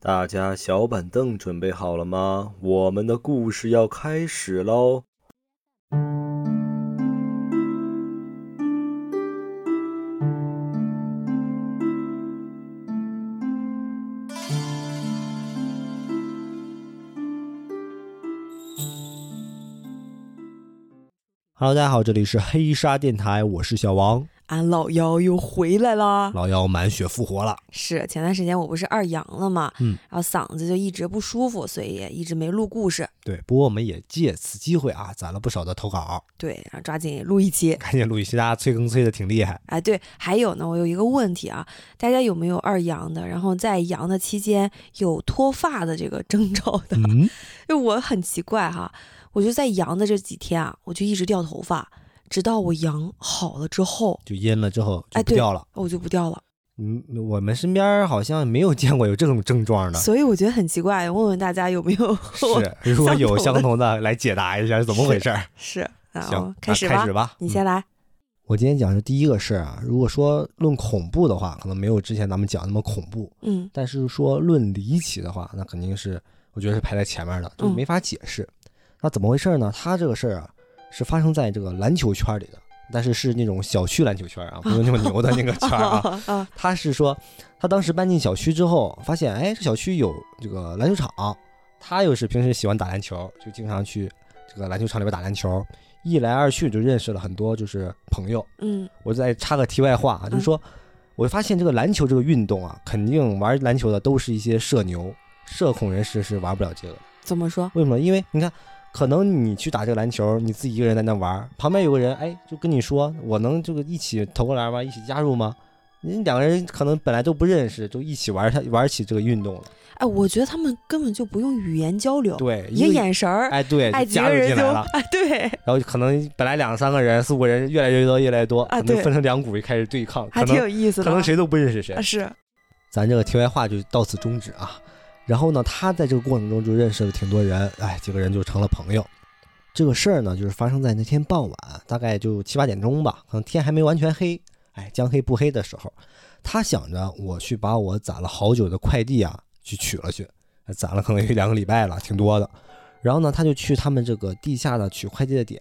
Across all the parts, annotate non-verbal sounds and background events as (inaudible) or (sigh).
大家小板凳准备好了吗？我们的故事要开始喽！ Hello，大家好，这里是黑鲨电台，我是小王。俺啊老幺又回来啦！老妖满血复活了，是前段时间我不是二阳了嘛，嗯，然后嗓子就一直不舒服，所以也一直没录故事。对，不过我们也借此机会啊，攒了不少的投稿，对，然后抓紧录一期。看见陆雨熙大家催更催的挺厉害，哎，对，还有呢，我有一个问题啊，大家有没有二阳的？然后在阳的期间有脱发的这个征兆的？ (laughs) 嗯，因为我很奇怪哈，我就在阳的这几天啊，我就一直掉头发，直到我阳好了之后，就阴了之后就哎不对掉了。我就不掉了。嗯，我们身边好像没有见过有这种症状的。所以我觉得很奇怪，问问大家有没有？是，如果有相同的相同的，来解答一下是怎么回事儿。是，然后行，开始那吧，开始吧。你嗯先来。我今天讲的第一个事儿啊，如果说论恐怖的话，可能没有之前咱们讲那么恐怖， (laughs) 嗯但是说论离奇的话，那肯定是我觉得是排在前面的，就嗯没法解释。那怎么回事呢？他这个事儿啊，是发生在这个篮球圈里的，但是是那种小区篮球圈啊，不是那么牛的那个圈啊。 (laughs) 啊啊他是说，他当时搬进小区之后，发现哎，这小区有这个篮球场，他又是平时喜欢打篮球，就经常去这个篮球场里边打篮球。一来二去就认识了很多就是朋友。嗯我再插个题外话啊，就是说，我发现这个篮球这个运动啊，肯定玩篮球的都是一些社牛、社恐人士是玩不了这个的。，怎么说？为什么？因为你看，可能你去打这个篮球，你自己一个人在那玩，旁边有个人，哎，就跟你说，我能这个一起投个篮吗？一起加入吗？你两个人可能本来都不认识，就一起玩他玩起这个运动了。哎，我觉得他们根本就不用语言交流，对，一个个眼神儿，哎对，哎，就几加个入进人就来了。哎，对，然后可能本来两三个人、四五个人，越来越多，越来越多，啊可能对分成两股，就开始对抗，可还挺能有意思可的啊。能谁都不认识谁啊。是，咱这个题外话就到此终止啊。然后呢，他在这个过程中就认识了挺多人，哎，几个人就成了朋友。这个事儿呢，就是发生在那天傍晚，大概就七八点钟吧，可能天还没完全黑，哎，将黑不黑的时候，他想着我去把我攒了好久的快递啊去取了去，攒了可能有一两个礼拜了，挺多的。然后呢，他就去他们这个地下的取快递的点，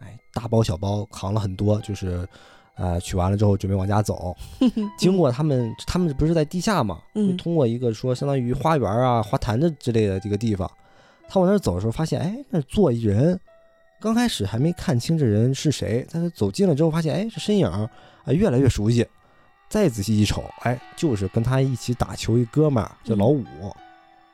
哎，大包小包扛了很多，就是，呃，取完了之后准备往家走，经过他们，他们不是在地下嘛，嗯就通过一个说相当于花园啊、花坛的之类的这个地方，他往那儿走的时候发现，哎，那儿坐一人，刚开始还没看清这人是谁，但是走近了之后发现，哎，这身影啊、哎越来越熟悉，再仔细一瞅，哎，就是跟他一起打球一哥们儿叫老嗯五，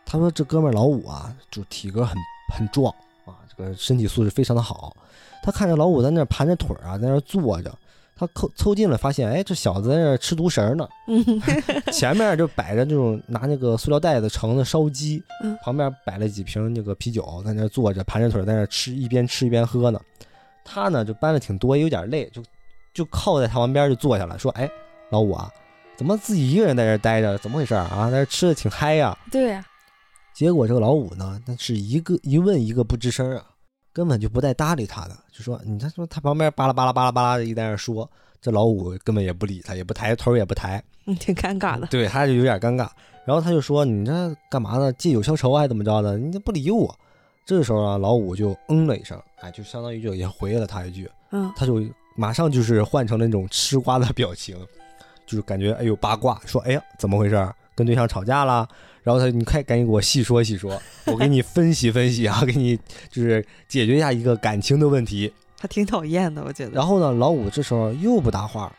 他说这哥们儿老五啊，就体格很很壮啊，这个身体素质非常的好，他看着老五在那儿盘着腿儿啊，在那儿坐着。他凑凑近了，发现，哎，这小子在那儿吃独食儿呢，嗯前面就摆着这种拿那个塑料袋子盛的烧鸡，嗯旁边摆了几瓶那个啤酒，在那儿坐着盘着腿儿在那儿吃，一边吃一边喝呢。他呢就搬的挺多，也有点累，就就靠在他旁边就坐下了，说：“哎，老五啊，怎么自己一个人在这儿待着？怎么回事儿啊？在这儿吃的挺嗨呀、 (laughs) 对啊呀，结果这个老五呢，那是一个一问一个不吱声儿啊，根本就不带搭理他的，就说你他说他旁边巴拉巴拉巴拉巴拉的一直在那儿说，这老五根本也不理他，也不抬头也不抬。 (laughs) 嗯挺尴尬的。对，他就有点尴尬。然后他就说：“你这干嘛呢？借酒消愁还怎么着的？你这不理我。”这个时候啊，老五就嗯了一声，哎，就相当于就也回了他一句，嗯，他就马上就是换成了那种吃瓜的表情，就是感觉哎呦八卦，说哎呀怎么回事儿？跟对象吵架啦？然后他你快赶紧给我细说细说，我给你分析分析啊，给你就是解决一下一个感情的问题。还挺讨厌的，我觉得。然后呢，老五这时候又不搭话，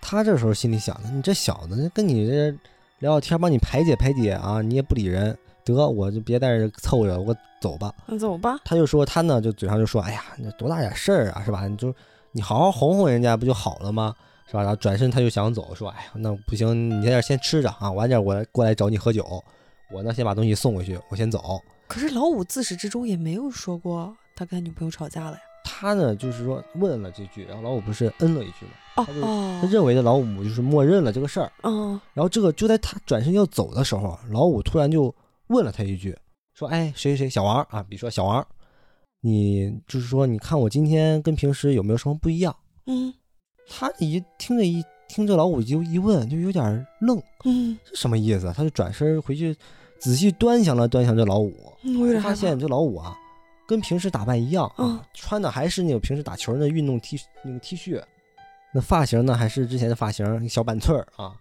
他这时候心里想着，你这小子跟你这聊聊天，帮你排解排解啊，你也不理人，得我就别在这凑着，我走吧。那怎么办？他就说他呢，就嘴上就说，哎呀，那多大点事儿啊，是吧？你就你好好哄哄人家不就好了吗？是吧？然后转身他就想走，说，哎呀，那不行，你在这儿先吃着啊，晚点我来过来找你喝酒。我呢，先把东西送回去，我先走。可是老五自始至终也没有说过他跟他女朋友吵架了呀。他呢，就是说问了这句，然后老五不是嗯了一句吗？哦他就他哦认为的老五就是默认了这个事儿。哦，然后这个就在他转身要走的时候，老五突然就问了他一句，说：“哎，谁谁谁，小王啊，比如说小王，你就是说，你看我今天跟平时有没有什么不一样嗯？”他一听这一听这老五就一问，就有点愣，嗯这什么意思啊？他就转身回去仔细端详了端详这老五，嗯我有点害怕发现这老五啊，跟平时打扮一样啊，嗯穿的还是那种平时打球的运动 T 那个 T 恤，那发型呢还是之前的发型，小板寸儿啊。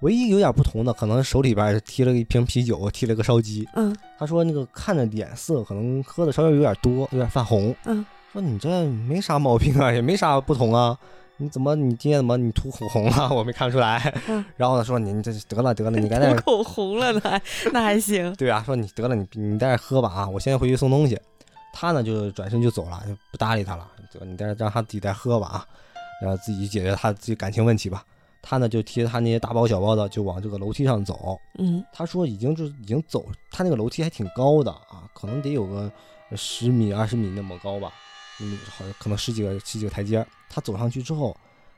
唯一有点不同的，可能手里边提了一瓶啤酒，提了个烧鸡。嗯他说那个看着脸色可能喝的稍微有点多，有点泛红。嗯，说你这没啥毛病啊，也没啥不同啊，你怎么你今天怎么你涂口红了、 (laughs) 我没看出来。嗯 (laughs) 然后呢说你你这得了得 (laughs) 了，你该在我口红了呢，那还那还行。对啊，说你得了，你你在这儿喝吧啊，我先回去送东西。他呢就转身就走了，就不搭理他了，就你在这儿让他自己再喝吧啊，然后自己解决他自己感情问题吧。他呢就提着他那些大包小包的就往这个楼梯上走。嗯他说已经就是已经走，他那个楼梯还挺高的啊，可能得有个十米二十米那么高吧，嗯，好像可能十几个十几个台阶儿。他走上去之后，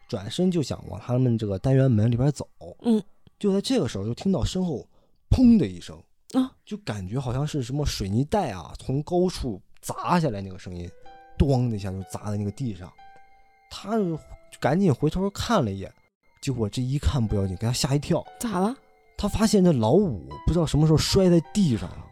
转身就想往他们这个单元门里边走，嗯，就在这个时候，就听到身后砰的一声，啊，就感觉好像是什么水泥带啊从高处砸下来那个声音，咣的一下就砸在那个地上。他就赶紧回头看了一眼，结果这一看不要紧，给他吓一跳。咋了？他发现这老五不知道什么时候摔在地上了。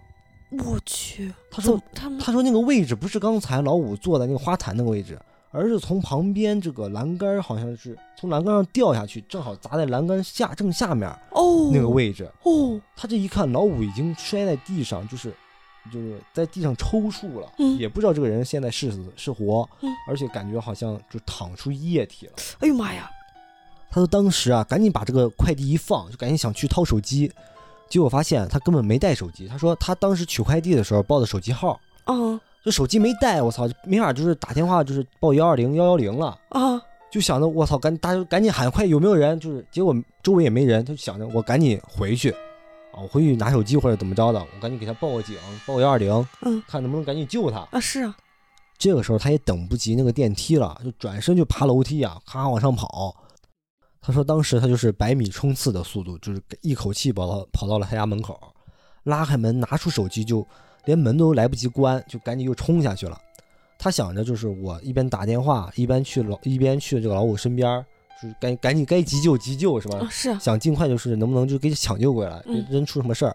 我去，他怎说么他们他说那个位置不是刚才老五坐在那个花坛那个位置，而是从旁边这个栏杆儿好像是从栏杆上掉下去，正好砸在栏杆下正下面哦那个位置。哦，他这一看，老五已经摔在地上，就是就是在地上抽搐了，嗯也不知道这个人现在是死是活，嗯而且感觉好像就淌出液体了。哎呦妈呀！他说当时啊，赶紧把这个快递一放，就赶紧想去掏手机，结果发现他根本没带手机。他说他当时取快递的时候报的手机号，啊这手机没带，我操，没法就是打电话就是报幺二零幺幺零了。啊就想着我操，赶大家就赶紧喊快，有没有人？就是结果周围也没人，他就想着我赶紧回去 (laughs) 啊，我回去拿手机或者怎么着的，我赶紧给他报个警，报幺二零，嗯看能不能赶紧救他。啊是啊，这个时候他也等不及那个电梯了，就转身就爬楼梯啊，咔往上跑。他说当时他就是百米冲刺的速度，就是一口气跑到跑到了他家门口，拉开门拿出手机就连门都来不及关，就赶紧又冲下去了。他想着就是我一边打电话一边去老一边去这个老五身边儿，就是赶赶紧该急救急救是吧？啊是啊，想尽快就是能不能就给抢救回来，别嗯真出什么事儿。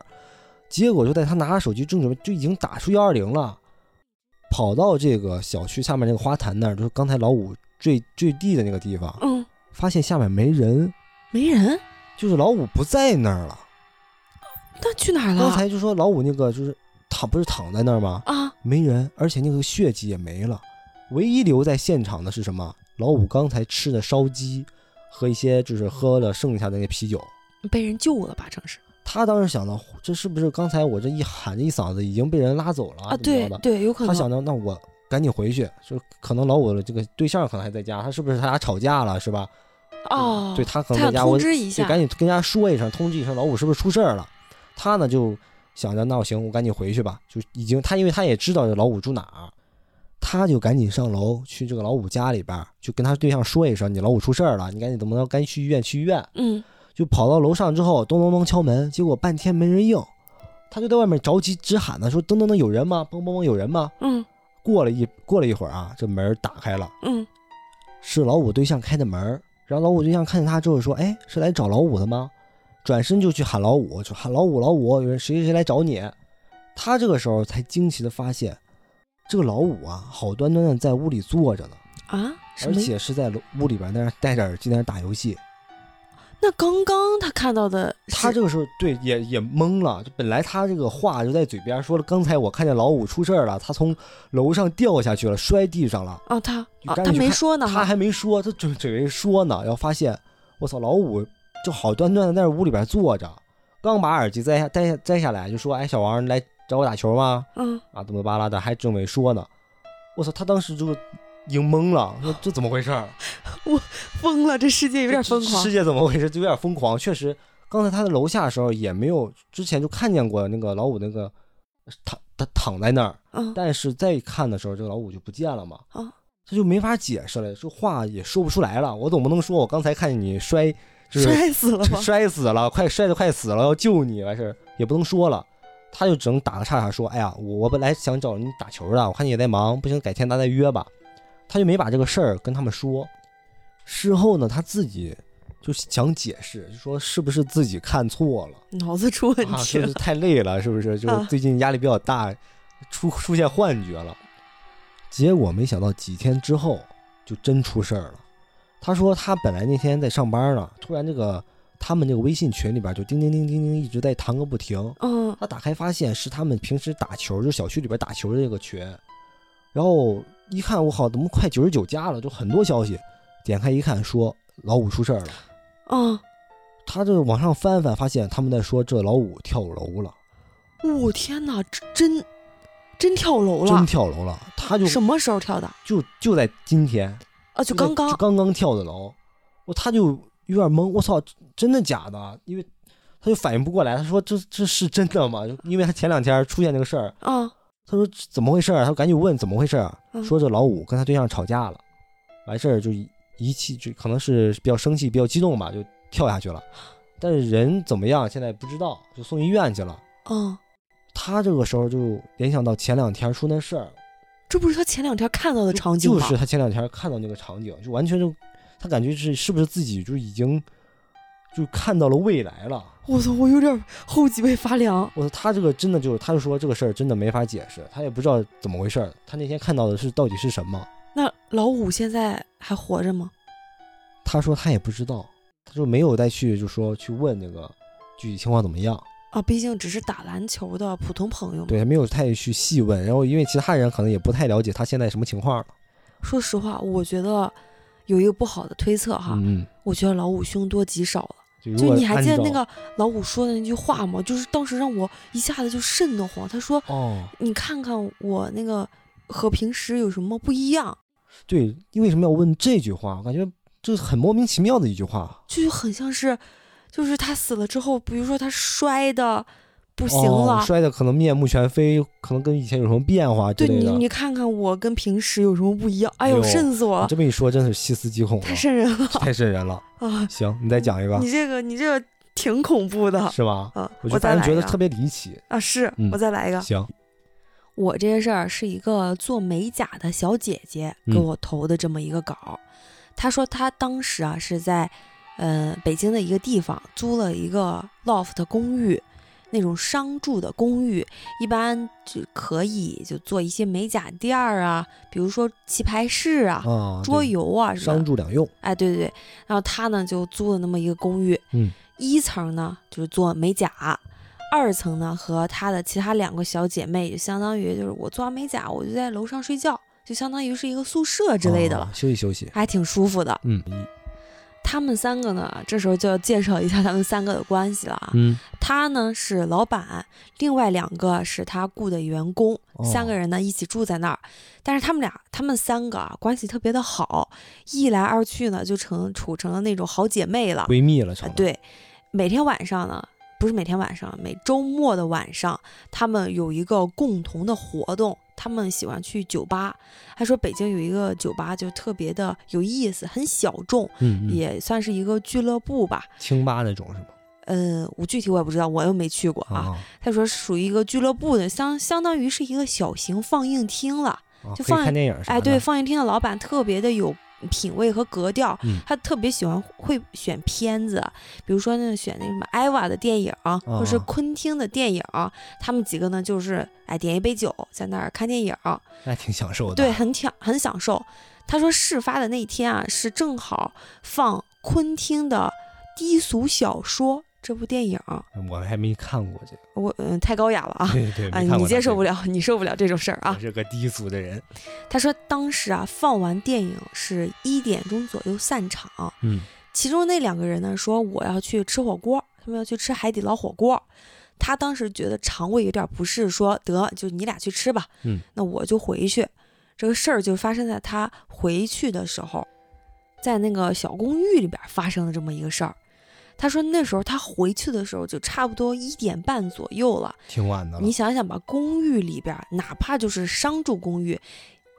结果就在他拿着手机正准备就已经打出幺二零了，跑到这个小区下面那个花坛那儿，就是刚才老五坠坠地的那个地方，嗯，发现下面没人，没人，就是老五不在那儿了。那去哪儿了？刚才就说老五那个就是躺不是躺在那儿吗？啊，没人，而且那个血迹也没了。唯一留在现场的是什么？老五刚才吃的烧鸡和一些就是喝了剩下的那啤酒。被人救了吧？正是他当时想到，这是不是刚才我这一喊这一嗓子已经被人拉走了啊，怎么对着的？对，有可他想能到，那我赶紧回去，就可能老我的这个对象可能还在家，他是不是他俩吵架了，是吧？哦，嗯对他可他能想在家，通我知一就下，赶紧跟人家说一声，通知一声，老五是不是出事儿了？他呢就想着，那我行，我赶紧回去吧。就已经他，因为他也知道这老五住哪儿，他就赶紧上楼去这个老五家里边儿，就跟他对象说一声，你老五出事儿了，你赶紧怎么着，赶紧去医院，去医院。嗯就跑到楼上之后，咚咚咚敲门，结果半天没人应，他就在外面着急直喊呢，说噔噔噔有人吗？嘣嘣嘣有人吗？嗯过了一过了一会儿啊，这门打开了，嗯是老五对象开的门儿。然后老五对象看见他之后说：“哎，是来找老五的吗？”转身就去喊老五，就喊老五老五，有人谁谁谁来找你。他这个时候才惊奇的发现，这个老五啊，好端端的在屋里坐着呢，啊，什而么？且是在楼屋里边在那儿戴着耳机在那儿打游戏。那刚刚他看到的是，他这个时候对也也懵了，就本来他这个话就在嘴边说了，刚才我看见老五出事儿了，他从楼上掉下去了，摔地上了，啊他你啊赶他紧去没看说呢他哈，还没说，他准准备说呢，然后发现我操，老五就好端端的在屋里边坐着，刚把耳机摘下摘下摘下来，就说哎小王你来找我打球吗？嗯啊怎么巴拉的，还准备说呢，我操，他当时就已经懵了，说这怎么回事儿？疯了，这世界有点疯狂世，界怎么回事？就有点疯狂，确实。刚才他在楼下的时候也没有，之前就看见过那个老五那个躺他躺在那儿，嗯但是再看的时候，这个老五就不见了嘛。啊他就没法解释了，这话也说不出来了。我总不能说我刚才看见你摔，就是摔死了吧？摔死了，快摔的快死了，要救你完事儿也不能说了。他就只能打个岔岔说：“哎呀，我我本来想找你打球的，我看你也在忙，不行，改天咱再约吧。”他就没把这个事儿跟他们说。事后呢，他自己就想解释，就说是不是自己看错了，脑子出问 (laughs) 啊，题是不了，是太累了？是不是？就是啊最近压力比较大，出出现幻觉了。结果没想到几天之后就真出事儿了。他说他本来那天在上班呢，突然这个他们这个微信群里边就叮叮叮叮叮一直在弹个不停。嗯他打开发现是他们平时打球，就小区里边打球的这个群，然后一看我靠，怎么快九十九加了？就很多消息，点开一看说老五出事儿了。嗯，他这往上翻翻，发现他们在说这老五跳楼了，我哦天哪，这真真跳楼真了，跳楼了。他就什么时候跳的？就就在今天，啊，就在刚刚就，刚刚跳的楼，我他就有点懵，我操，真的假的？因为他就反应不过来，他说这这是真的吗？就因为他前两天出现这个事儿，嗯他说这怎么回事儿？他赶紧问怎么回事儿，嗯说这老五跟他对象吵架了，完事儿就一一气就可能是比较生气、比较激动吧，就跳下去了。但是人怎么样现在不知道，就送医院去了。嗯，他这个时候就联想到前两天出那事儿这不是他前两天看到的就场景就吗是？他前两天看到那个场景，就完全就他感觉是是不是自己就已经就看到了未来了。我操，我有点后脊背发凉。我说他这个真的就是，他就说这个事儿真的没法解释，他也不知道怎么回事儿。他那天看到的是到底是什么？那老五现在还活着吗？他说他也不知道，他说没有再去就说去问那个具体情况怎么样，啊，毕竟只是打篮球的普通朋友嘛。对，他没有太去细问。然后因为其他人可能也不太了解他现在什么情况了。说实话，我觉得有一个不好的推测哈，嗯，我觉得老五凶多吉少了。就如啊就果你还记得按照那个老五说的那句话吗？就是当时让我一下子就瘆得慌。他说哦，：“你看看我那个和平时有什么不一样对，你为什么要问这句话？我感觉这很莫名其妙的一句话？”。就很像是，就是他死了之后，比如说他摔的不行哦了，摔的可能面目全非，可能跟以前有什么变化之对类你的。你看看我跟平时有什么不一样？哎哎呦，呦瘆死我你了，这么一说，真是细思极恐了，太瘆人了太瘆人了。啊！行，你再讲一个，你这个你这个挺恐怖的是吧？啊！我就再反正来觉一得个特别离奇。啊，是嗯我再来一个。行，我这件事儿是一个做美甲的小姐姐给嗯我投的这么一个稿儿，她说她当时啊是在，呃，北京的一个地方租了一个 loft 公寓，那种商住的公寓，一般就可以就做一些美甲店儿啊，比如说棋牌室啊、啊，桌对游啊什么商的。住两用，哎，对对对，然后她呢就租了那么一个公寓，嗯，一层呢就是做美甲，二层呢和她的其他两个小姐妹，就相当于就是我做完美甲，我就在楼上睡觉，就相当于是一个宿舍之类的了，啊休息休 (laughs) 息。还挺舒服的。嗯她们三个呢，这时候就要介绍一下她们三个的关系了啊。嗯，她呢是老板，另外两个是她雇的员工，哦三个人呢一起住在那儿。但是他们俩，他们三个啊关系特别的好，一来二去呢就成处成了那种好姐妹了。闺蜜了，成呃了，对，每天晚上呢，不是每天晚上，每周末的晚上，他们有一个共同的活动，他们喜欢去酒吧。他说北京有一个酒吧就特别的有意思，很小众，嗯，嗯也算是一个俱乐部吧。清吧那种是吗？呃，我具体我也不知道，我又没去过啊。，他说属于一个俱乐部的，相相当于是一个小型放映厅了。啊就可以放看电影啥的。哎，对，放映厅的老板特别的有品味和格调，嗯他特别喜欢会选片子，比如说那个选那个什么艾娃的电影，或者是啊昆汀的电影，他们几个呢就是哎点一杯酒在那儿看电影，那挺享受的。对，，很享很享受。他说事发的那天啊，是正好放昆汀的《低俗小说》这部电影，嗯我还没看过这个。我嗯、太高雅了啊。对对，啊，没看你过接他受这不个，了，你受不了这种事儿啊我！是个低俗的人。他说当时啊，放完电影是一点钟左右散场，嗯，其中那两个人呢说我要去吃火锅，他们要去吃海底捞火锅。他当时觉得肠胃有点不适，说得就你俩去吃吧，嗯，那我就回去。这个事儿就发生在他回去的时候，在那个小公寓里边发生了这么一个事儿。他说那时候他回去的时候就差不多一点半左右了，挺晚的了你。想想吧，公寓里边儿，哪怕就是商住公寓，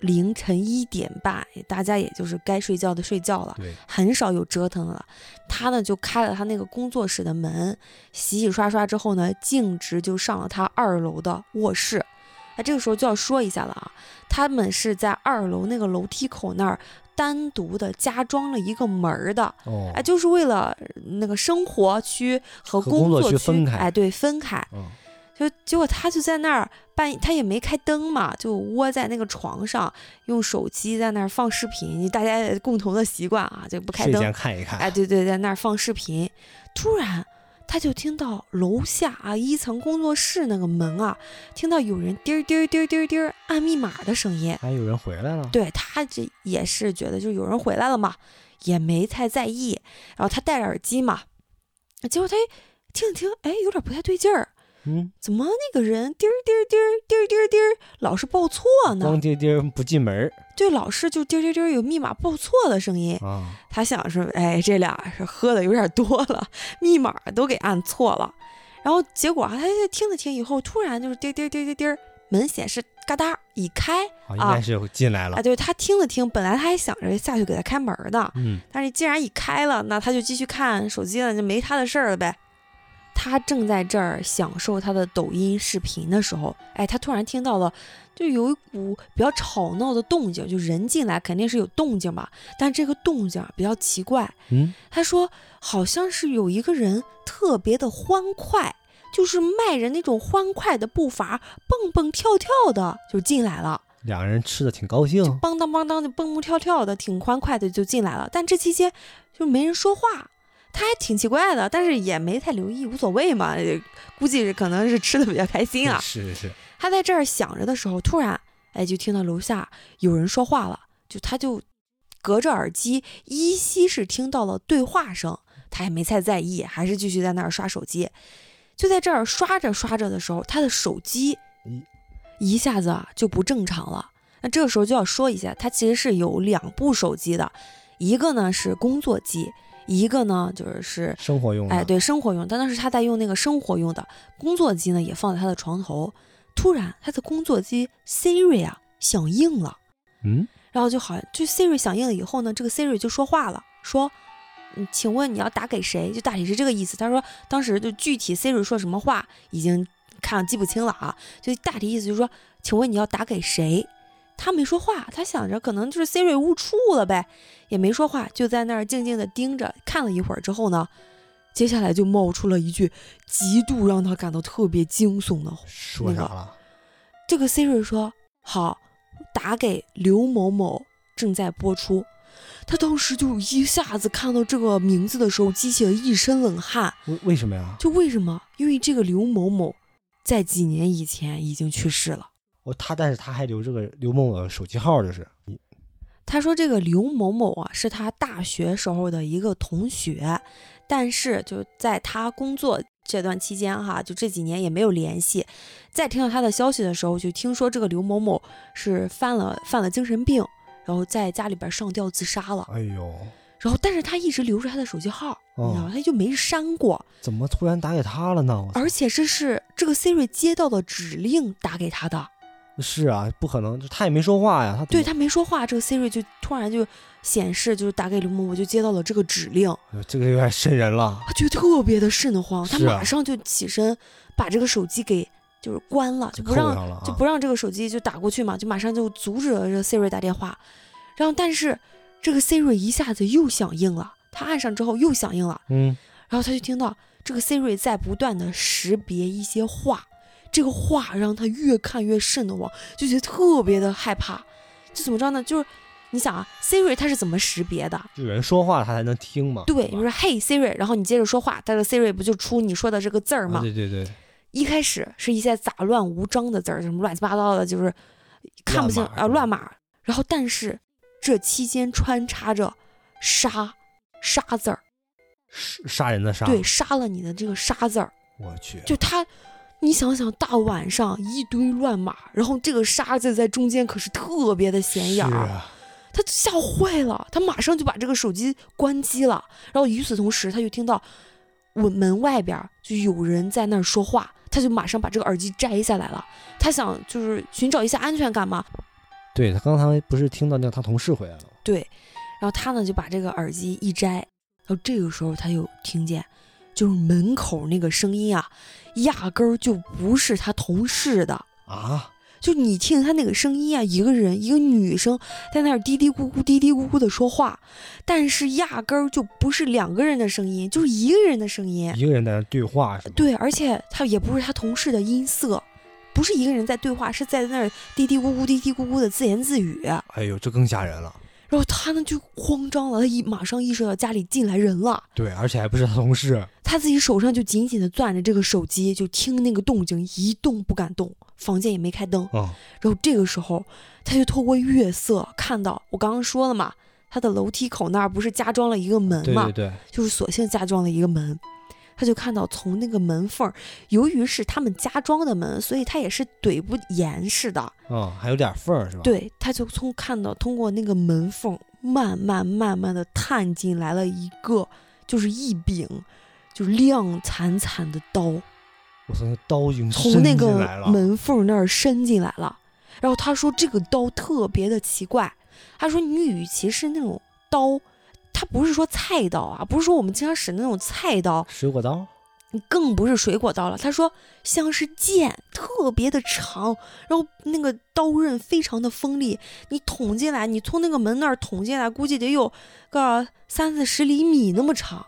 凌晨一点半，大家也就是该睡觉的睡觉了，对，很少有折腾的了。他呢就开了他那个工作室的门，洗洗刷刷之后呢，径直就上了他二楼的卧室。哎，这个时候就要说一下了啊，他们是在二楼那个楼梯口那儿单独的加装了一个门儿的，哦，哎，就是为了那个生活区和和工工作作区分开哎，对，分开。嗯就结果他就在那儿半，他也没开灯嘛，就窝在那个床上，用手机在那儿放视频。大家也共同的习惯啊，就不开睡前灯。看一看，哎，对对，在那儿放视频。突然，他就听到楼下啊一层工作室那个门啊，听到有人滴儿滴儿滴儿滴儿滴儿按密码的声音。哎，有人回来了，对他这也是觉得就有人回来了嘛，也没太在意。然后他戴着耳机嘛，结果他听着听着，哎，有点不太对劲儿。嗯，怎么那个人滴儿滴儿滴儿滴儿滴儿滴儿老是报错呢光？滴滴儿不进门儿对，老是就滴儿滴儿滴儿有密码报错的声音。啊，他想说，哎，这俩是喝的有点多了，密码都给按错了。然后结果啊，他就听着听以后，突然就是滴儿滴儿滴儿滴儿滴儿，门显示嘎哒一开。好，啊应该是有进来了哎，，对他听了听，本来他还想着下去给他开门呢，嗯，但是既然已开了，那他就继续看手机了，就没他的事儿了呗。他正在这儿享受他的抖音视频的时候，哎，他突然听到了，就有一股比较吵闹的动静，就人进来肯定是有动静嘛，但这个动静啊比较奇怪。嗯，他说好像是有一个人特别的欢快，就是迈着那种欢快的步伐，蹦蹦跳跳的就进来了。两个人吃的挺高兴。就，梆当梆当就蹦蹦跳跳的，挺欢快的就进来了。但这期间就没人说话，他还挺奇怪的，但是也没太留意，无所谓嘛，也估计是可能是吃的比较开心啊是是是，他在这儿想着的时候，突然哎就听到楼下有人说话了，就他就隔着耳机依稀是听到了对话声，他也没太在意，还是继续在那儿刷手机。就在这儿刷着刷着的时候，他的手机咦一下子啊就不正常了。那这个时候就要说一下，他其实是有两部手机的，一个呢是工作机，一个呢就是是生活用的，哎，对，生活用，但当时他在用那个生活用的工作机呢，也放在他的床头。突然，他的工作机 Siri 啊响应了，嗯，然后就好像就 Siri 响应了以后呢，这个 Siri 就说话了，说，嗯，请问你要打给谁？就大体是这个意思。他说当时就具体 Siri 说什么话已经看记不清了啊，就大体意思就是说，请问你要打给谁？他没说话，他想着可能就是 Siri 误触了呗，也没说话，就在那儿静静的盯着看了一会儿之后呢，接下来就冒出了一句极度让他感到特别惊悚的话。说啥了？这个 Siri 说：“好，打给刘某某，正在播出。”他当时就一下子看到这个名字的时候，激起了一身冷汗。为为什么呀？就为什么？因为这个刘某某在几年以前已经去世了。哦，他但是他还留这个刘某某的手机号，就是他说这个刘某某啊，是他大学时候的一个同学，但是就在他工作这段期间哈，就这几年也没有联系。再听到他的消息的时候，就听说这个刘某某是犯了犯了精神病，然后在家里边上吊自杀了。哎呦，然后，但是他一直留着他的手机号，你知道哦吗，，他就没删过，怎么突然打给他了呢？我操而且这是这个 Siri 接到的指令打给他的，是啊，不可能，就他也没说话呀，他怎对么他没说话，这个 Siri 就突然就显示就是打给刘某某，就接到了这个指令。哎呦这个有点瘆人了。他觉得啊特别的瘆得慌，他是啊马上就起身把这个手机给就是关了，就不扣让上了啊就不让这个手机就打过去嘛，就马上就阻止了这个 Siri 打电话。然后但是这个 Siri 一下子又响应了，他按上之后又响应了，嗯，然后他就听到这个 Siri 在不断的识别一些话，这个话让他越看越瘆得慌，就觉得特别的害怕。就怎么着呢？就是你想啊，Siri 它是怎么识别的？就有人说话他才能听嘛。对，吧你说嘿 Siri，然后你接着说话，它的 Siri 不就出你说的这个字儿啊吗？对对对，一开始是一些杂乱无章的字儿，什么乱七八糟的，就是看不清乱码啊是吧乱码。然后但是这期间穿插着杀杀字儿，杀杀人的杀。对，，杀了你的这个杀字儿，我去，就他。你想想，大晚上一堆乱码，然后这个杀字在中间可是特别的显眼是儿，啊，他吓坏了，他马上就把这个手机关机了。然后与此同时，他就听到我门外边儿就有人在那儿说话，他就马上把这个耳机摘下来了。他想就是寻找一下安全感嘛，对他刚才不是听到那个他同事回来了吗？对。然后他呢就把这个耳机一摘，然后这个时候他又听见，就是门口那个声音啊，压根儿就不是他同事的，啊，就你听他那个声音啊，一个人一个女生在那儿嘀嘀咕咕、嘀嘀咕咕的说话，但是压根儿就不是两个人的声音，就是一个人的声音。一个人在那对话是吗？对，而且他也不是他同事的音色，不是一个人在对话，是在那儿嘀嘀咕咕、嘀嘀咕咕的自言自语。哎呦，这更吓人了。然后他呢就慌张了，他一马上意识到家里进来人了，对，而且还不是他同事。他自己手上就紧紧的攥着这个手机，就听那个动静，一动不敢动，房间也没开灯。嗯，然后这个时候，他就透过月色看到，我刚刚说了嘛，他的楼梯口那儿不是加装了一个门对嘛，对对，就是索性加装了一个门。他就看到从那个门缝儿，由于是他们加装的门，所以他也是怼不严实的。嗯，还有点缝儿是吧？，对，他就从看到通过那个门缝，慢慢慢慢的探进来了一个，就是一柄，就是亮惨惨的刀，我操，那刀已经从那伸进个来了门缝那儿伸进来了。然后他说这个刀特别的奇怪，他说你与其是那种刀，它不是说菜刀啊，不是说我们经常使那种菜刀，水果刀，你更不是水果刀了。他说像是剑，特别的长，然后那个刀刃非常的锋利。你捅进来，你从那个门那儿捅进来，估计得有个三四十厘米那么长，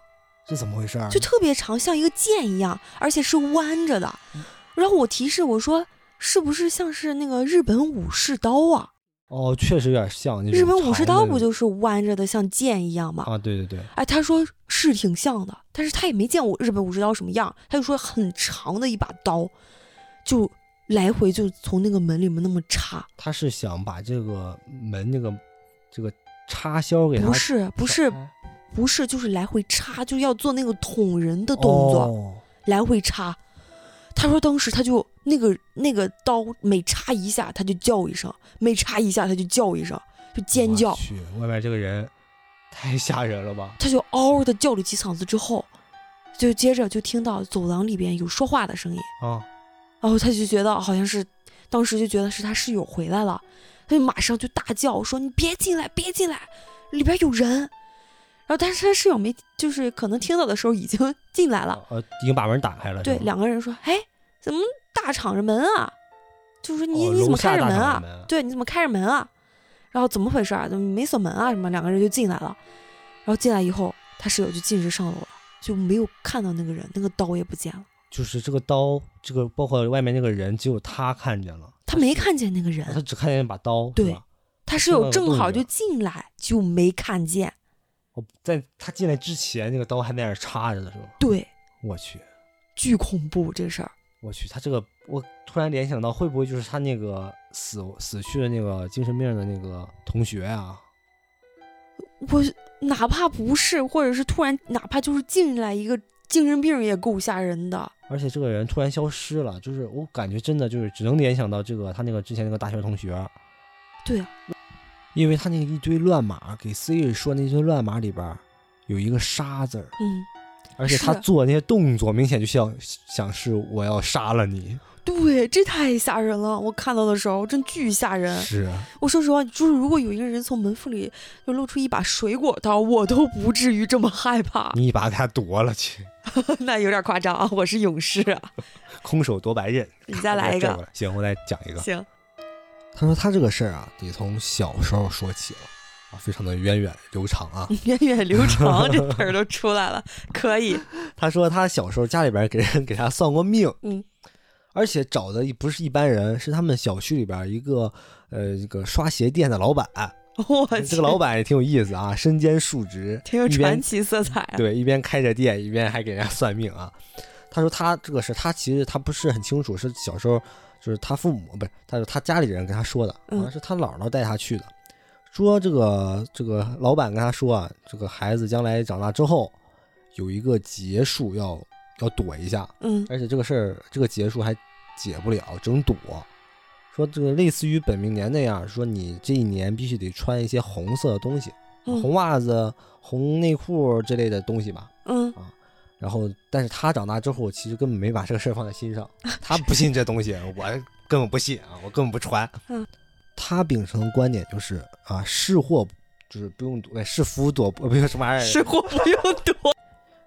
这怎么回事儿？就特别长，像一个剑一样，而且是弯着的。嗯然后我提示我说，是不是像是那个日本武士刀啊？哦，确实有点像。那日种本武士长刀的不那就是弯着的，像剑一样吗？啊？对对对，哎，他说是挺像的，但是他也没见过日本武士刀什么样，他就说很长的一把刀，就来回就从那个门里面那么插，他是想把这个门那个这个插销给它不是不撬是开不是，就是来回插，就要做那个捅人的动作，哦来回插。他说当时他就那个那个刀每插一下他就叫一声，每插一下他就叫一声，就尖我叫，去，外面这个人太吓人了吧？他就嗷嗷的叫了几嗓子之后，就接着就听到走廊里边有说话的声音。啊，然后他就觉得好像是，当时就觉得是他室友回来了，他就马上就大叫说：“你别进来，别进来，里边有人。”然后但是他室友没，就是可能听到的时候已经进来了。呃，已经把门打开了。啊对，是吗两个人说：“哎，怎么大敞着门啊？就是你、哦你怎楼么下开着大门敞啊？着门对，你怎么开着门啊？然后怎么回事啊？怎么没锁门啊？什么？两个人就进来了。然后进来以后，他室友就径直上楼了，就没有看到那个人，那个刀也不见了，就是这个刀，这个包括外面那个人，只有他哦看见了，他没是看见那个人。他只看见把刀，是嗯对吧他室听到友有正动好静就进来，就没看见。我在他进来之前，那个刀还在那儿插着呢，是吧？对，我去，巨恐怖这事儿。我去，他这个，我突然联想到，会不会就是他那个死死去的那个精神病的那个同学啊？我哪怕不是，或者是突然，哪怕就是进来一个精神病也够吓人的。而且这个人突然消失了，就是我感觉真的就是只能联想到这个他那个之前那个大学同学，对啊，因为他那一堆乱码给 Siri 说那堆乱码里边儿有一个杀字儿，嗯，而且他是做那些动作明显就像想是我要杀了你，对，这太吓人了。我看到的时候真巨吓人。是啊我说实话，就是如果有一个人从门缝里就露出一把水果刀，我都不至于这么害怕。你一把给他夺了去， (laughs) 那有点夸张啊，我是勇士啊。空手夺白刃。你再来一我再过个，行，我再讲一个。行，他说他这个事儿啊，得从小时候说起了啊，非常的源远流长啊。源远流长这词儿都出来 (laughs) 了，可以。他说他小时候家里边给人 (laughs) 给他算过命，嗯，而且找的不是一般人，是他们小区里边一个呃这个刷鞋店的老板。我哎这去个老板也挺有意思啊，身兼数职，挺有一传边奇色彩、啊。对，一边开着店，一边还给人家算命啊。他说他这个事，他其实他不是很清楚，是小时候就是他父母不是，他说他家里人跟他说的，好像嗯是他姥姥带他去的，说这个这个老板跟他说啊，这个孩子将来长大之后有一个劫数要要躲一下，嗯而且这个事儿这个劫数还解不了，只能躲。说这个类似于本命年那样，说你这一年必须得穿一些红色的东西，嗯红袜子、红内裤之类的东西吧。嗯，然后，但是他长大之后，其实根本没把这个事儿放在 (laughs) 心上，他不信这东西，我根本不信啊，我根本不传。嗯， (laughs) 他秉承的观点就是啊，是祸就是不用躲，哎是福躲不不是什么玩意儿，是货不用多，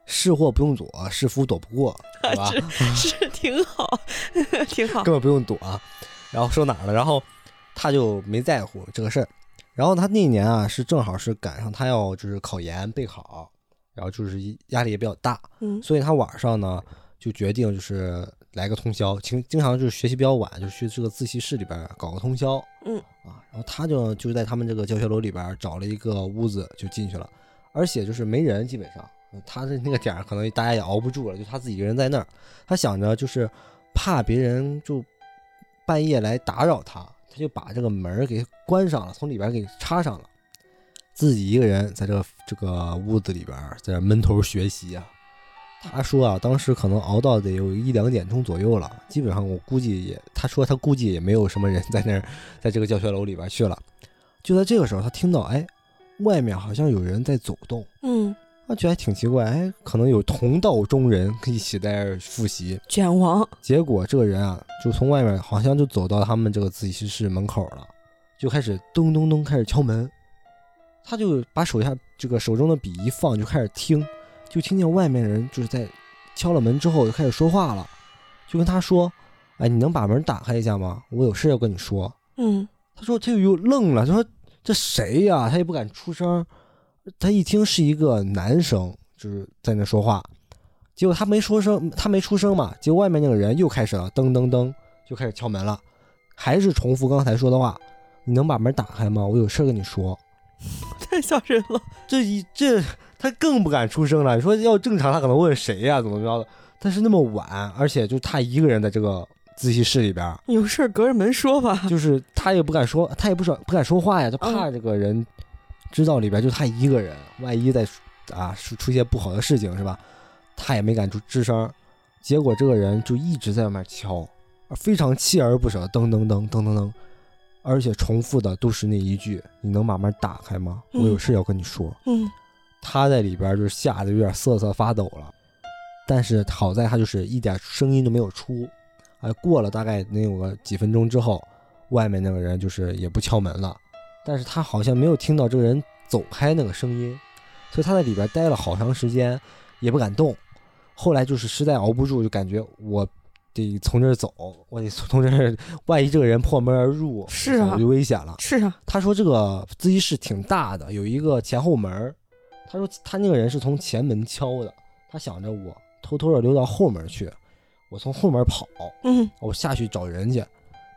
是祸不用躲， (laughs) 是福躲不过，对吧？是挺好，挺好。根本不用躲。啊然后说哪儿了，然后他就没在乎这个事儿。然后他那一年啊，是正好是赶上他要就是考研备考，然后就是压力也比较大，嗯所以他晚上呢就决定就是来个通宵，经经常就是学习比较晚，就去这个自习室里边儿搞个通宵。嗯啊，然后他就就在他们这个教学楼里边儿找了一个屋子就进去了，而且就是没人，基本上呃他的那个点儿可能大家也熬不住了，就他自己一个人在那儿，他想着就是怕别人就半夜来打扰他，他就把这个门儿给关上了，从里边儿给插上了。自己一个人在这个这个屋子里边儿在这闷头学习啊。他说啊，当时可能熬到得有一两点钟左右了，基本上我估计也，他说他估计也没有什么人在那儿，在这个教学楼里边去了。就在这个时候，他听到哎，外面好像有人在走动，嗯，他觉得还挺奇怪，哎，可能有同道中人一起在这儿复习。卷王，结果这个人啊，就从外面好像就走到他们这个自习室门口了，就开始咚咚咚开始敲门。他就把手下这个手中的笔一放，就开始听，就听见外面人就是在敲了门之后就开始说话了，就跟他说：“哎，你能把门打开一下吗？我有事要跟你说。”嗯他说他又愣了，他说这谁呀、他也不敢出声。他一听是一个男生，就是在那说话，结果他没说声，他没出声嘛。结果外面那个人又开始了，噔噔噔就开始敲门了，还是重复刚才说的话：“你能把门打开吗？我有事儿跟你说。太吓人了。”这一这他更不敢出声了。你说要正常，他可能问谁呀、怎么着的？但是那么晚，而且就他一个人在这个自习室里边儿，有事儿隔着门说 (laughs) 吧。就是他也不敢说，他也不说不敢说话呀，他怕这个人知道里边就他一个人，万一再啊出出些不好的事情是吧？他也没敢出吱声，结果这个人就一直在外面敲，非常锲而不舍，噔噔噔噔噔噔，而且重复的都是那一句：“你能把门打开吗？我嗯有事要跟你说。嗯他在里边就吓得有点瑟瑟发抖了，但是好在他就是一点声音都没有出。哎，过了大概能有个几分钟之后，外面那个人就是也不敲门了，但是他好像没有听到这个人走开那个声音，所以他在里边待了好长时间，也不敢动。后来就是实在熬不住，就感觉我得从这儿走，我得从这儿，万一这个人破门而入，是啊我就危险了。是啊，他说这个自习室挺大的，有一个前后门儿。他说他那个人是从前门敲的，他想着我偷偷的溜到后门去，我从后门跑，嗯我下去找人去。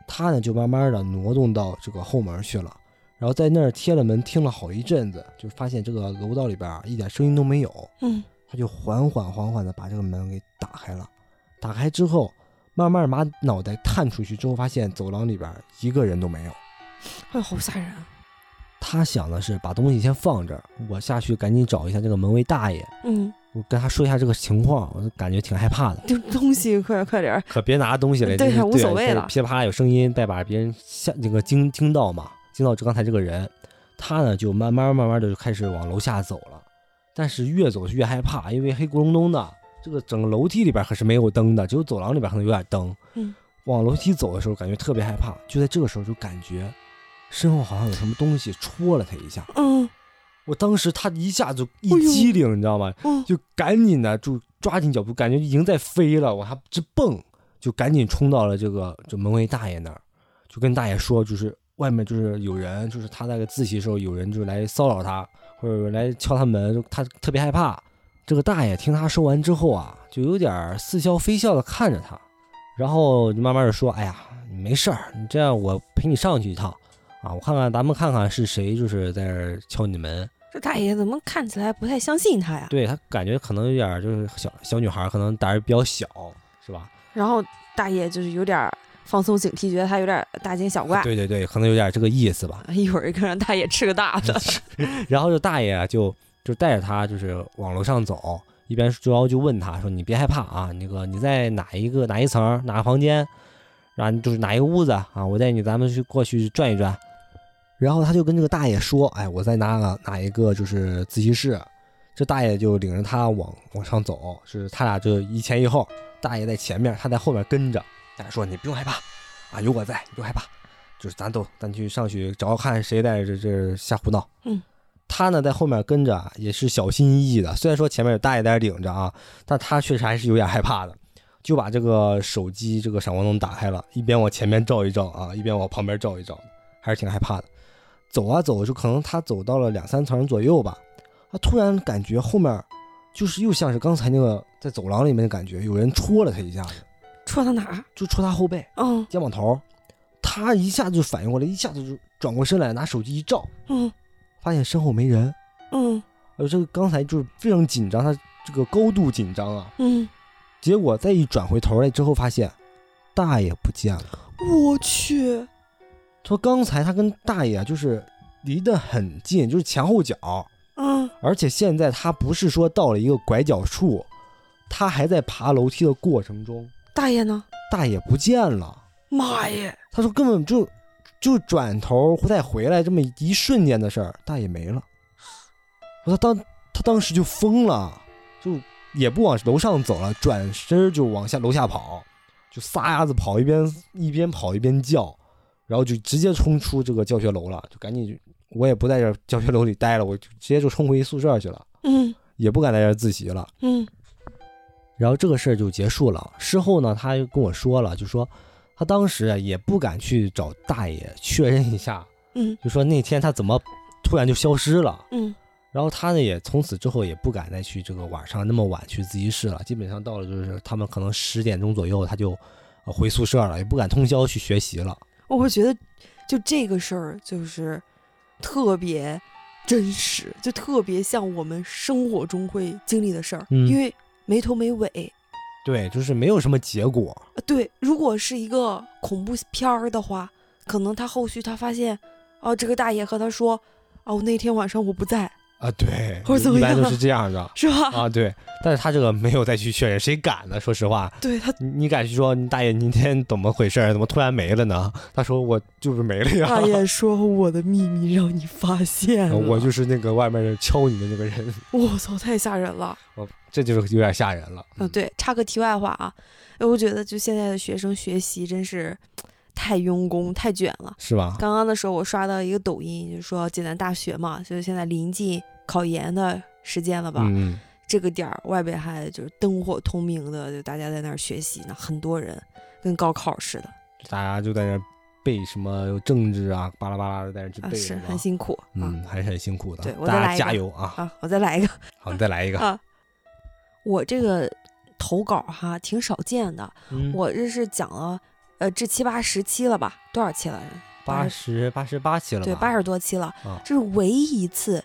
他呢就慢慢的挪动到这个后门去了，然后在那儿贴了门听了好一阵子，就发现这个楼道里边儿一点声音都没有。嗯他就缓缓缓缓的把这个门给打开了。打开之后，慢慢地把脑袋探出去之后，发现走廊里边儿一个人都没有。哎呦，好吓人啊！他想的是把东西先放这儿，我下去赶紧找一下这个门卫大爷，嗯，我跟他说一下这个情况，我感觉挺害怕的，就东西快点快点儿。可别拿东西来，对就是无所谓再了噼啪有声音，再把别人吓那个惊惊到嘛，惊到这刚才这个人，他呢就慢慢慢慢的就开始往楼下走了，但是越走是越害怕，因为黑咕隆咚的，这个整个楼梯里边可是没有灯的，只有走廊里边可能有点灯，嗯，往楼梯走的时候感觉特别害怕，就在这个时候就感觉身后好像有什么东西戳了他一下。嗯我当时他一下就一哎呦激灵，你知道吗？嗯就赶紧的就抓紧脚步，感觉已经在飞了，我还直蹦，就赶紧冲到了这个就门卫大爷那儿，就跟大爷说，就是外面就是有人，就是他那个自习的时候有人就来骚扰他，或者来敲他门，就他特别害怕。这个大爷听他说完之后啊，就有点儿似笑非笑的看着他，然后就慢慢的说：“哎呀，你没事儿，你这样我陪你上去一趟啊，我看看咱们看看是谁就是在这儿敲你的门。”这大爷怎么看起来不太相信他呀？对他感觉可能有点儿就是小小女孩儿，可能胆儿比较小，是吧？然后大爷就是有点儿放松警惕，觉得他有点儿大惊小怪。哎对对对，可能有点儿这个意思吧。一会儿就让大爷吃个大嗯的。然后这大爷啊就就带着他就是往楼上走，一边主要就问他说：“你别害怕啊，那个你在哪一个哪一层儿哪个房间，啊，就是哪一个屋子啊，我带你咱们去过去转一转。”然后他就跟这个大爷说：“哎，我在哪个哪一个就是自习室。”这大爷就领着他往往上走，是他俩就一前一后，大爷在前面，他在后面跟着。大爷说：“你不用害怕，啊，有我在，你不用害怕，就是咱都咱去上去找看谁在这这瞎胡闹。”他呢在后面跟着啊，也是小心翼翼的。虽然说前面有大爷在那儿领着啊，但他确实还是有点害怕的。就把这个手机这个闪光灯打开了，一边往前面照一照啊，一边往旁边照一照，还是挺害怕的。走啊走，就可能他走到了两三层左右吧，他突然感觉后面就是又像是刚才那个在走廊里面的感觉，有人戳了他一下子，戳到哪儿？啊就戳他后背嗯肩膀头儿，他一下子就反应过来，一下子就转过身来拿手机一照，嗯发现身后没人。嗯呃，这个刚才就是非常紧张，他这个高度紧张啊，嗯，结果再一转回头来之后，发现大爷不见了。我去，他说刚才他跟大爷啊，就是离得很近，就是前后脚，嗯而且现在他不是说到了一个拐角处，他还在爬楼梯的过程中，大爷呢？大爷不见了。妈耶！他说根本就就转头再回来这么一瞬间的事儿，大爷没了。我说他当他当时就疯了，就也不往楼上走了，转身就往下楼下跑，就撒丫子跑，一边一边跑一边叫，然后就直接冲出这个教学楼了，就赶紧就我也不在这儿教学楼里待了，我就直接就冲回宿舍去了，嗯也不敢在这儿自习了。嗯然后这个事儿就结束了。事后呢，他又跟我说了，就说他当时啊也不敢去找大爷确认一下，嗯就说那天他怎么突然就消失了。嗯然后他呢也从此之后也不敢再去这个晚上那么晚去自习室了，基本上到了就是他们可能十点钟左右他就呃回宿舍了，也不敢通宵去学习了。我会觉得，就这个事儿就是特别真实，就特别像我们生活中会经历的事儿，嗯因为没头没尾。对，就是没有什么结果。呃对，如果是一个恐怖片儿的话，可能他后续他发现，哦，这个大爷和他说，哦，那天晚上我不在，啊，对或者怎么一般样都是这样 (laughs) 的是吧？啊，对。但是他这个没有再去确认，谁敢呢？说实话，对 (laughs) 他你你敢去说你大爷你今天怎么回事儿？怎么突然没了呢？他说我就是没了 (laughs) 呀大，爷说我的秘密让你发现了，啊 (laughs) 我就是那个外面敲你的那个人，我操，太吓人了。我这就是有点吓人了。嗯，对，插个题外话啊，哎我觉得就现在的学生学习真是太用功、太卷了。是吧？刚刚的时候，我刷到一个抖音，就说济南大学嘛，就是现在临近考研的时间了吧，嗯，这个点儿外边还就是灯火通明的，就大家在那儿学习呢，很多人跟高考似的大家就在那背什么政治啊，巴拉巴拉的在那去啊，背是着嘛很辛苦啊。嗯，还是很辛苦的。对我再大来家一个加油啊！啊，我再来一个，好，你再来一个。啊我这个投稿哈挺少见的，嗯我这是讲了呃这七八十期了吧，多少期了？八十八十八期了吧，对，八十多期了，啊这是唯一一次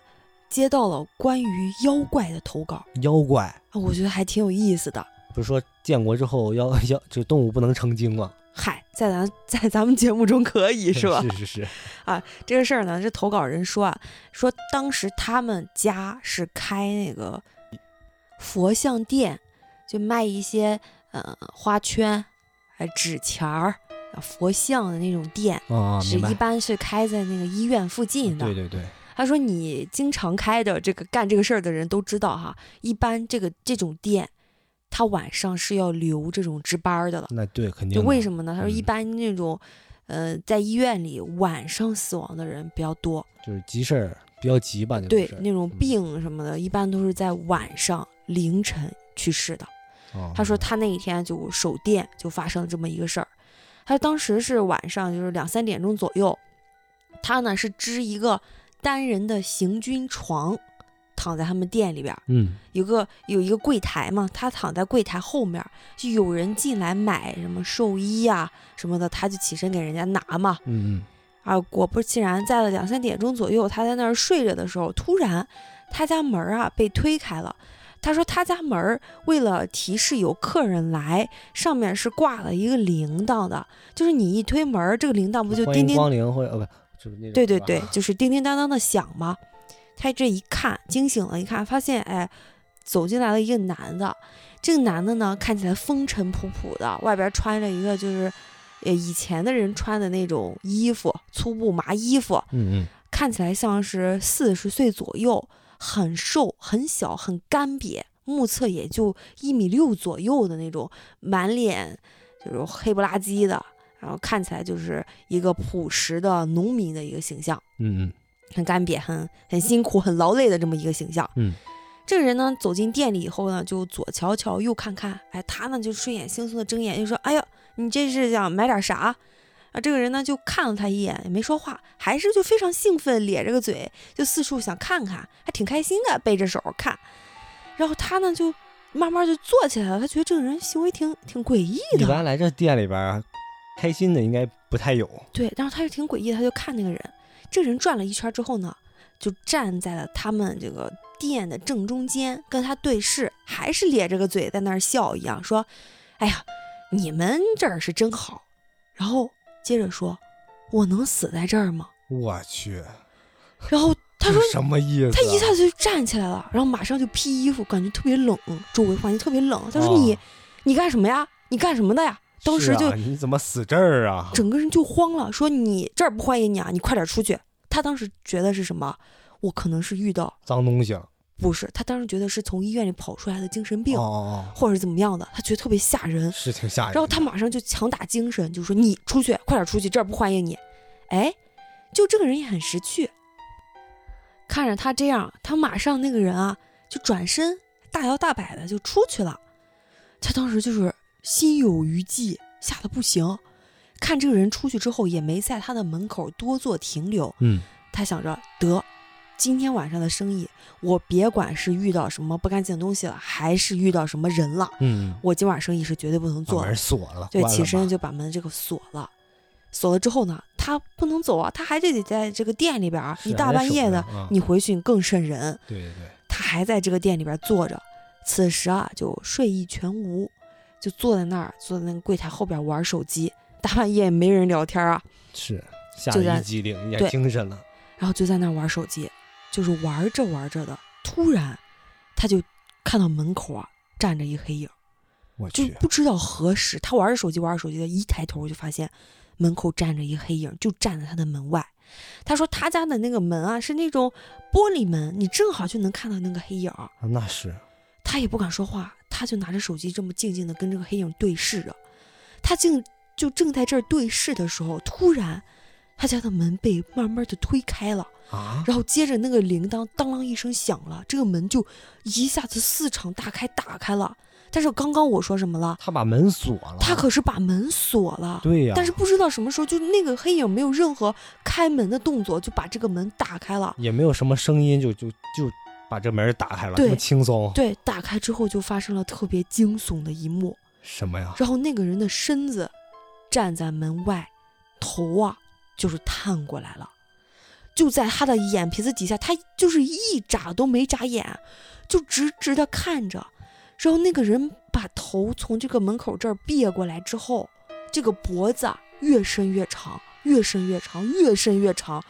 接到了关于妖怪的投稿妖怪啊，我觉得还挺有意思的。不是说建国之后妖妖这动物不能成精了，？嗨，在咱在咱们节 (laughs) 目中可以是吧嗯 (laughs) 是是是， (laughs) 这个事儿呢，这投稿人说啊，说当时他们家是开那个佛像店，就卖一些呃花圈、哎纸钱儿、啊佛像的那种店，啊，是明白啊一。般是开在那个医院附近的。对对对，他说你经常开的这个干这个事儿的人都知道哈，一般这个这种店，他晚上是要留这种值班儿的了。那对肯定就的。为什么呢？他说一嗯般那种，呃，在医院里晚上死亡的人比较多，就是急事儿，比较急吧，那种对事儿那种嗯病什么的，一般都是在晚上凌晨去世的。哦他说他那一天就手电就发生了这么一个事儿，他当时是晚上就是两三点钟左右，他呢是支一个单人的行军床，躺在他们店里边儿，嗯，有个有一个柜台嘛，他躺在柜台后面儿，就有人进来买什么寿衣啊什么的，他就起身给人家拿嘛。嗯嗯啊，果不其然，在了两三点钟左右，他在那儿睡着的时候，突然他家门儿啊被推开了。他说他家门儿为了提示有客人来，上面是挂了一个铃铛的，就是你一推门儿，这个铃铛不就欢叮迎叮光临或者呃不就是那种对对是吧嗯对，就是叮叮当当的响嘛。他这一看，惊醒了，一看发现，哎，走进来了一个男的。这个男的呢，看起来风尘仆仆的，外边穿着一个就是，呃，以前的人穿的那种衣服，粗布麻衣服，嗯嗯看起来像是四十岁左右，很瘦、很小、很干瘪，目测也就一米六左右的那种，满脸就是黑不拉几的，然后看起来就是一个朴实的农民的一个形象，嗯嗯很干瘪、很很辛苦、很劳累的这么一个形象。嗯，这个人呢走进店里以后呢，就左瞧瞧右看看，哎，他呢就睡眼惺忪的睁眼，就说：“哎呀，你这是想买点啥？”啊，这个人呢就看了他一眼，也没说话，还是就非常兴奋，咧着个嘴，就四处想看看，还挺开心的，背着手看。然后他呢就慢慢就坐起来了，他觉得这个人行为挺挺诡异一的，般来这店里边儿开心的应该不太有，对，然后他就挺诡异的，他就看那个人，这个人转了一圈之后呢，就站在了他们这个店的正中间，跟他对视，还是咧着个嘴在那儿笑一样，说：“哎呀，你们这儿是真好。”然后接着说：“我能死在这儿吗我去，？”然后他说这什么意思啊？他一下子就站起来了，然后马上就披衣服，感觉特别冷，周围环境特别冷。他说哦你、你干什么呀？你干什么的呀？当时是就啊、你怎么死这儿啊？整个人就慌了，说你这儿不欢迎你啊，你快点出去。他当时觉得是什么？我可能是遇到脏东西了，不是，他当时觉得是从医院里跑出来的精神病，哦哦或者是怎么样的，他觉得特别吓人哦，。是挺吓人的。然后他马上就强打精神，就说你出去，快点出去，这儿不欢迎你。哎，就这个人也很识趣，看着他这样，他马上那个人啊就转身大摇大摆的就出去了。他当时就是心有余悸，吓得不行。看这个人出去之后，也没在他的门口多做停留，嗯，他想着得，今天晚上的生意，我别管是遇到什么不干净的东西了，还是遇到什么人了，嗯，我今晚生意是绝对不能把做的门。锁了，对，关了起身吧就把门这个锁了。锁了之后呢，他不能走啊，他还得得在这个店里边儿，是你大还得半守夜着的，嗯你回去你更瘆人。对对对，他还在这个店里边坐着，此时啊就睡意全无，就坐在那儿，坐在那个柜台后边玩手机，大半夜也没人聊天啊，是吓就得在一激灵，对也精神了，然后就在那儿玩手机，就是玩着玩着的，突然他就看到门口啊站着一黑影。我就去，不知道何时，他玩着手机，玩着手机的，一抬头就发现门口站着一黑影，就站在他的门外。他说他家的那个门啊是那种玻璃门，你正好就能看到那个黑影儿。啊那是他也不敢说话，他就拿着手机这么静静的跟这个黑影对视着。他竟就正在这儿对视的时候，突然他家的门被慢慢的推开了。啊，然后接着那个铃铛当啷一声响了，这个门就一下子四敞大开，打开了。但是刚刚我说什么了？他把门锁了，他可是把门锁了，啊对呀、但是不知道什么时候，就那个黑影没有任何开门的动作，就把这个门打开了。也没有什么声音，就就就把这门打开了，对这么轻松，对，打开之后就发生了特别惊悚的一幕，什么呀？然后那个人的身子站在门外，头啊就是探过来了，就在他的眼皮子底下，他就是一眨都没眨眼，就直直的看着。然后那个人把头从这个门口这儿别过来之后，这个脖子啊越伸越长，越伸越长，越伸越长，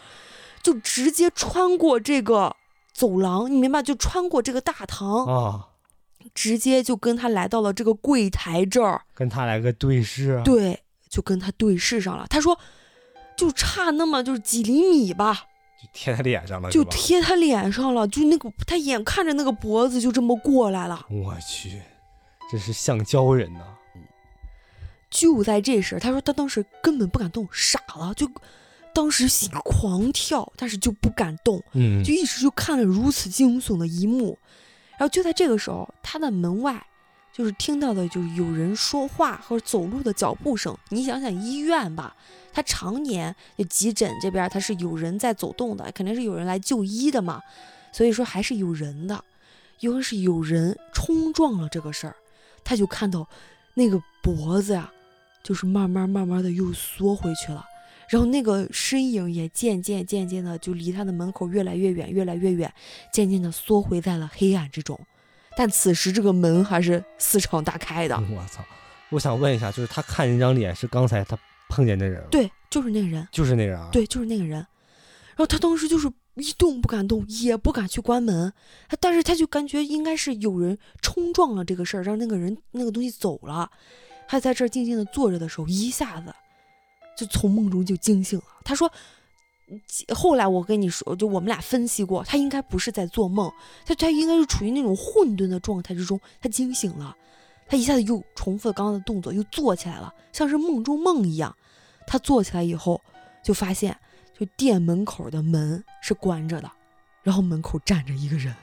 就直接穿过这个走廊，你明白？就穿过这个大堂，啊，直接就跟他来到了这个柜台这儿。跟他来个对视，啊对，就跟他对视上了。他说，就差那么就是几厘米吧，就贴他脸上了，就是哎吧贴他脸上了，就那个他眼看着那个脖子就这么过来了。我去，这是橡胶人呐、就在这时，他说他当时根本不敢动，傻了，就当时心狂跳，但是就不敢动，嗯就一直就看着如此惊悚的一幕。然后就在这个时候，他的门外。就是听到的，就是有人说话和走路的脚步声。你想想，医院吧，他常年就急诊这边，他是有人在走动的，肯定是有人来就医的嘛。所以说还是有人的，因为是有人冲撞了这个事儿，他就看到那个脖子呀、就是慢慢慢慢的又缩回去了，然后那个身影也渐渐渐渐的就离他的门口越来越远，越来越远，渐渐的缩回在了黑暗之中。但此时这个门还是四敞大开的，嗯我操！我想问一下，就是他看那张脸是刚才他碰见那人吗？，啊对，就是那个人，就是那人啊。，对，就是那个人。然后他当时就是一动不敢动，也不敢去关门，他但是他就感觉应该是有人冲撞了这个事儿，让那个人那个东西走了。他在这儿静静的坐着的时候，一下子就从梦中就惊醒了。他说。嗯后来我跟你说，就我们俩分析过，他应该不是在做梦，他他应该是处于那种混沌的状态之中，他惊醒了，他一下子又重复了刚刚的动作，又坐起来了，像是梦中梦一样。他坐起来以后，就发现就店门口的门是关着的，然后门口站着一个人。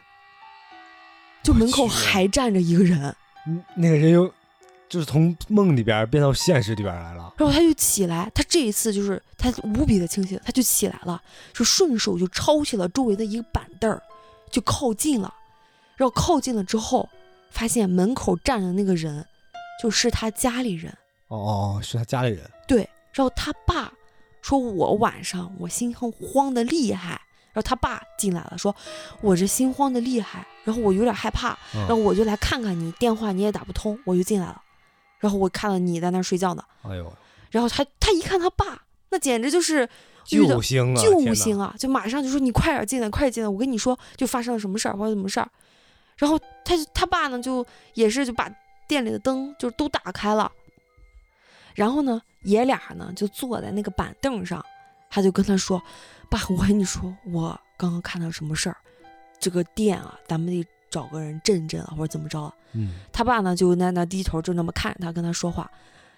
就门口去还站着一个人，嗯那个人又就是从梦里边儿变到现实里边儿来了。然后他就起来，他这一次就是他无比的清醒，他就起来了，就顺手就抄起了周围的一个板凳儿，就靠近了，然后靠近了之后，发现门口站的那个人就是他家里人，哦哦，哦，是他家里人。对，然后他爸说：“我晚上我心慌慌的厉害。”然后他爸进来了，说：“我这心慌的厉害，然后我有点害怕，嗯然后我就来看看你，电话你也打不通，我就进来了。然后我看到你在那儿睡觉呢，哎呦，然后他他一看他爸，那简直就是遇到救星啊！天救哪星啊！就马上就说你快点进来，快点进来！我跟你说，就发生了什么事儿或者什么事儿。然后他就他爸呢，就也是就把店里的灯就都打开了，然后呢，爷俩呢就坐在那个板凳上，他就跟他说：“爸，我跟你说，我刚刚看到什么事儿，这个店啊，咱们得找个人镇镇啊，或者怎么着啊。”嗯，他爸呢就在那低头就那么看着他，跟他说话。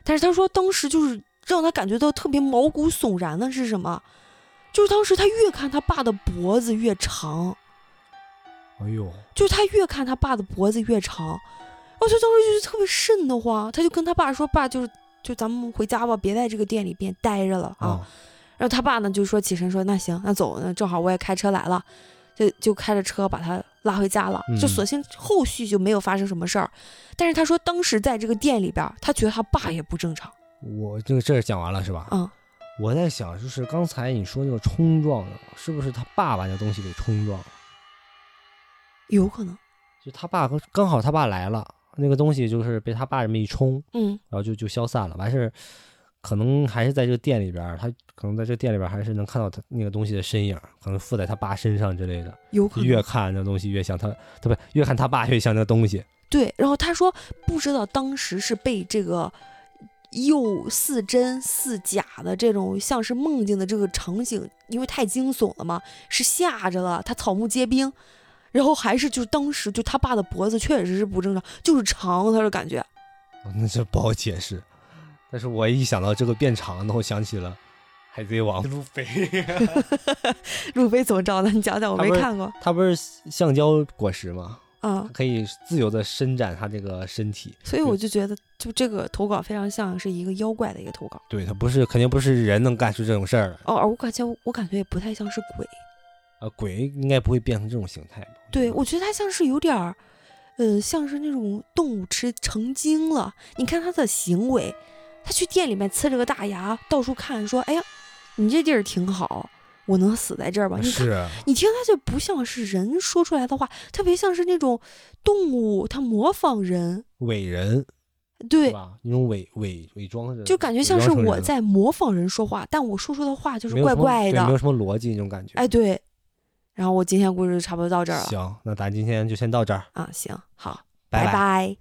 但是他说当时就是让他感觉到特别毛骨悚然的是什么？就是当时他越看他爸的脖子越长，哎呦，就是他越看他爸的脖子越长，然后他当时就是特别瘆得慌，他就跟他爸说：“爸，就是就咱们回家吧，别在这个店里边待着了啊。啊，然后他爸呢就说起身说：“那行，那走，那正好我也开车来了。”就就开着车把他拉回家了，就嗯索性后续就没有发生什么事儿。但是他说当时在这个店里边儿，他觉得他爸也不正常。我这个事儿讲完了是吧？嗯，我在想，就是刚才你说那个冲撞的，是不是他爸把那东西给冲撞了？有可能。就他爸刚刚好他爸来了，那个东西就是被他爸这么一冲，嗯，然后就就消散了。完事儿，可能还是在这个店里边儿，他可能在这个店里边儿还是能看到他那个东西的身影儿，可能附在他爸身上之类的。有可越 (laughs) 能。看那东西越像他，他不越看他爸越像那东西。对，然后他说不知道当时是被这个又似真似假的这种像是梦境的这个场景，因为太惊悚了嘛，是吓着了他草木皆兵。然后还是就是当时就他爸的脖子确实是不正常，就是长，他说感觉。哦那这不好解释。但是我一想到这个变长的，我想起了《海贼王》路飞，路飞怎么着的？你讲讲，我他没不是嗯看过 (laughs) 他不是橡胶果实吗？啊，可以自由的伸展他这个身体。所以我就觉得，就这个投稿非常像是一个妖怪的一个投稿对他不是肯定不是人能干出这种事儿的哦，而我感觉我感觉也不太像是鬼，啊，鬼应该不会变成这种形态吧？对我觉得它像是有点儿，呃，像是那种动物吃成精了。你看它的行为，它去店里面呲着个大牙，到处看，说：“哎呀，你这地儿挺好，我能死在这儿吧？”你看啊是你听他这不像是人说出来的话，特别像是那种动物，它模仿人，伪人对是，吧？那种伪伪伪装的，就感觉伪像是装成我人在模仿人说话，但我说出的话就是没有怪什么怪对没有的。什么逻辑那种感觉。哎，啊对。然后我今天故事差不多到这儿了行，那咱今天就先到这儿，啊，行，好，拜拜拜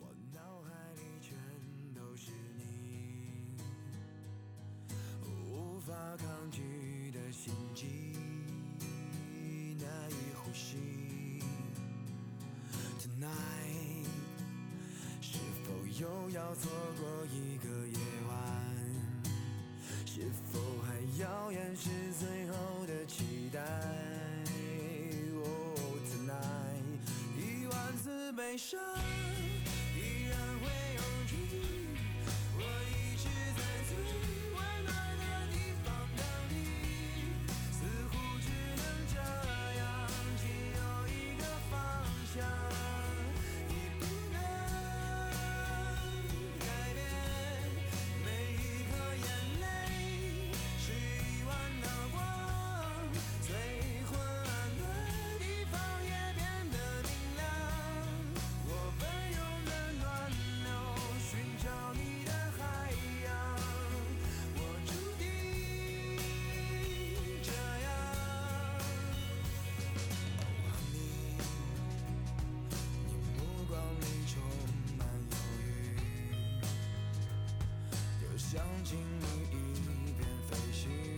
我脑海里全都是你，无法抗拒的心悸，难以呼吸。Tonight，是否又要错过一个夜晚？是否还要掩饰最后的期待？Oh tonight，一万次悲伤依然会涌起，我一直在最温暖的地方等你，似乎只能这样，只有一个方向，你不能改变。每一颗眼泪是一万道光，最昏暗的地方也变得明亮。我奔涌的暖流寻找你的海洋，我注定这样。哦，你，你目光里充满忧郁。又想请你一遍飞行，Oh,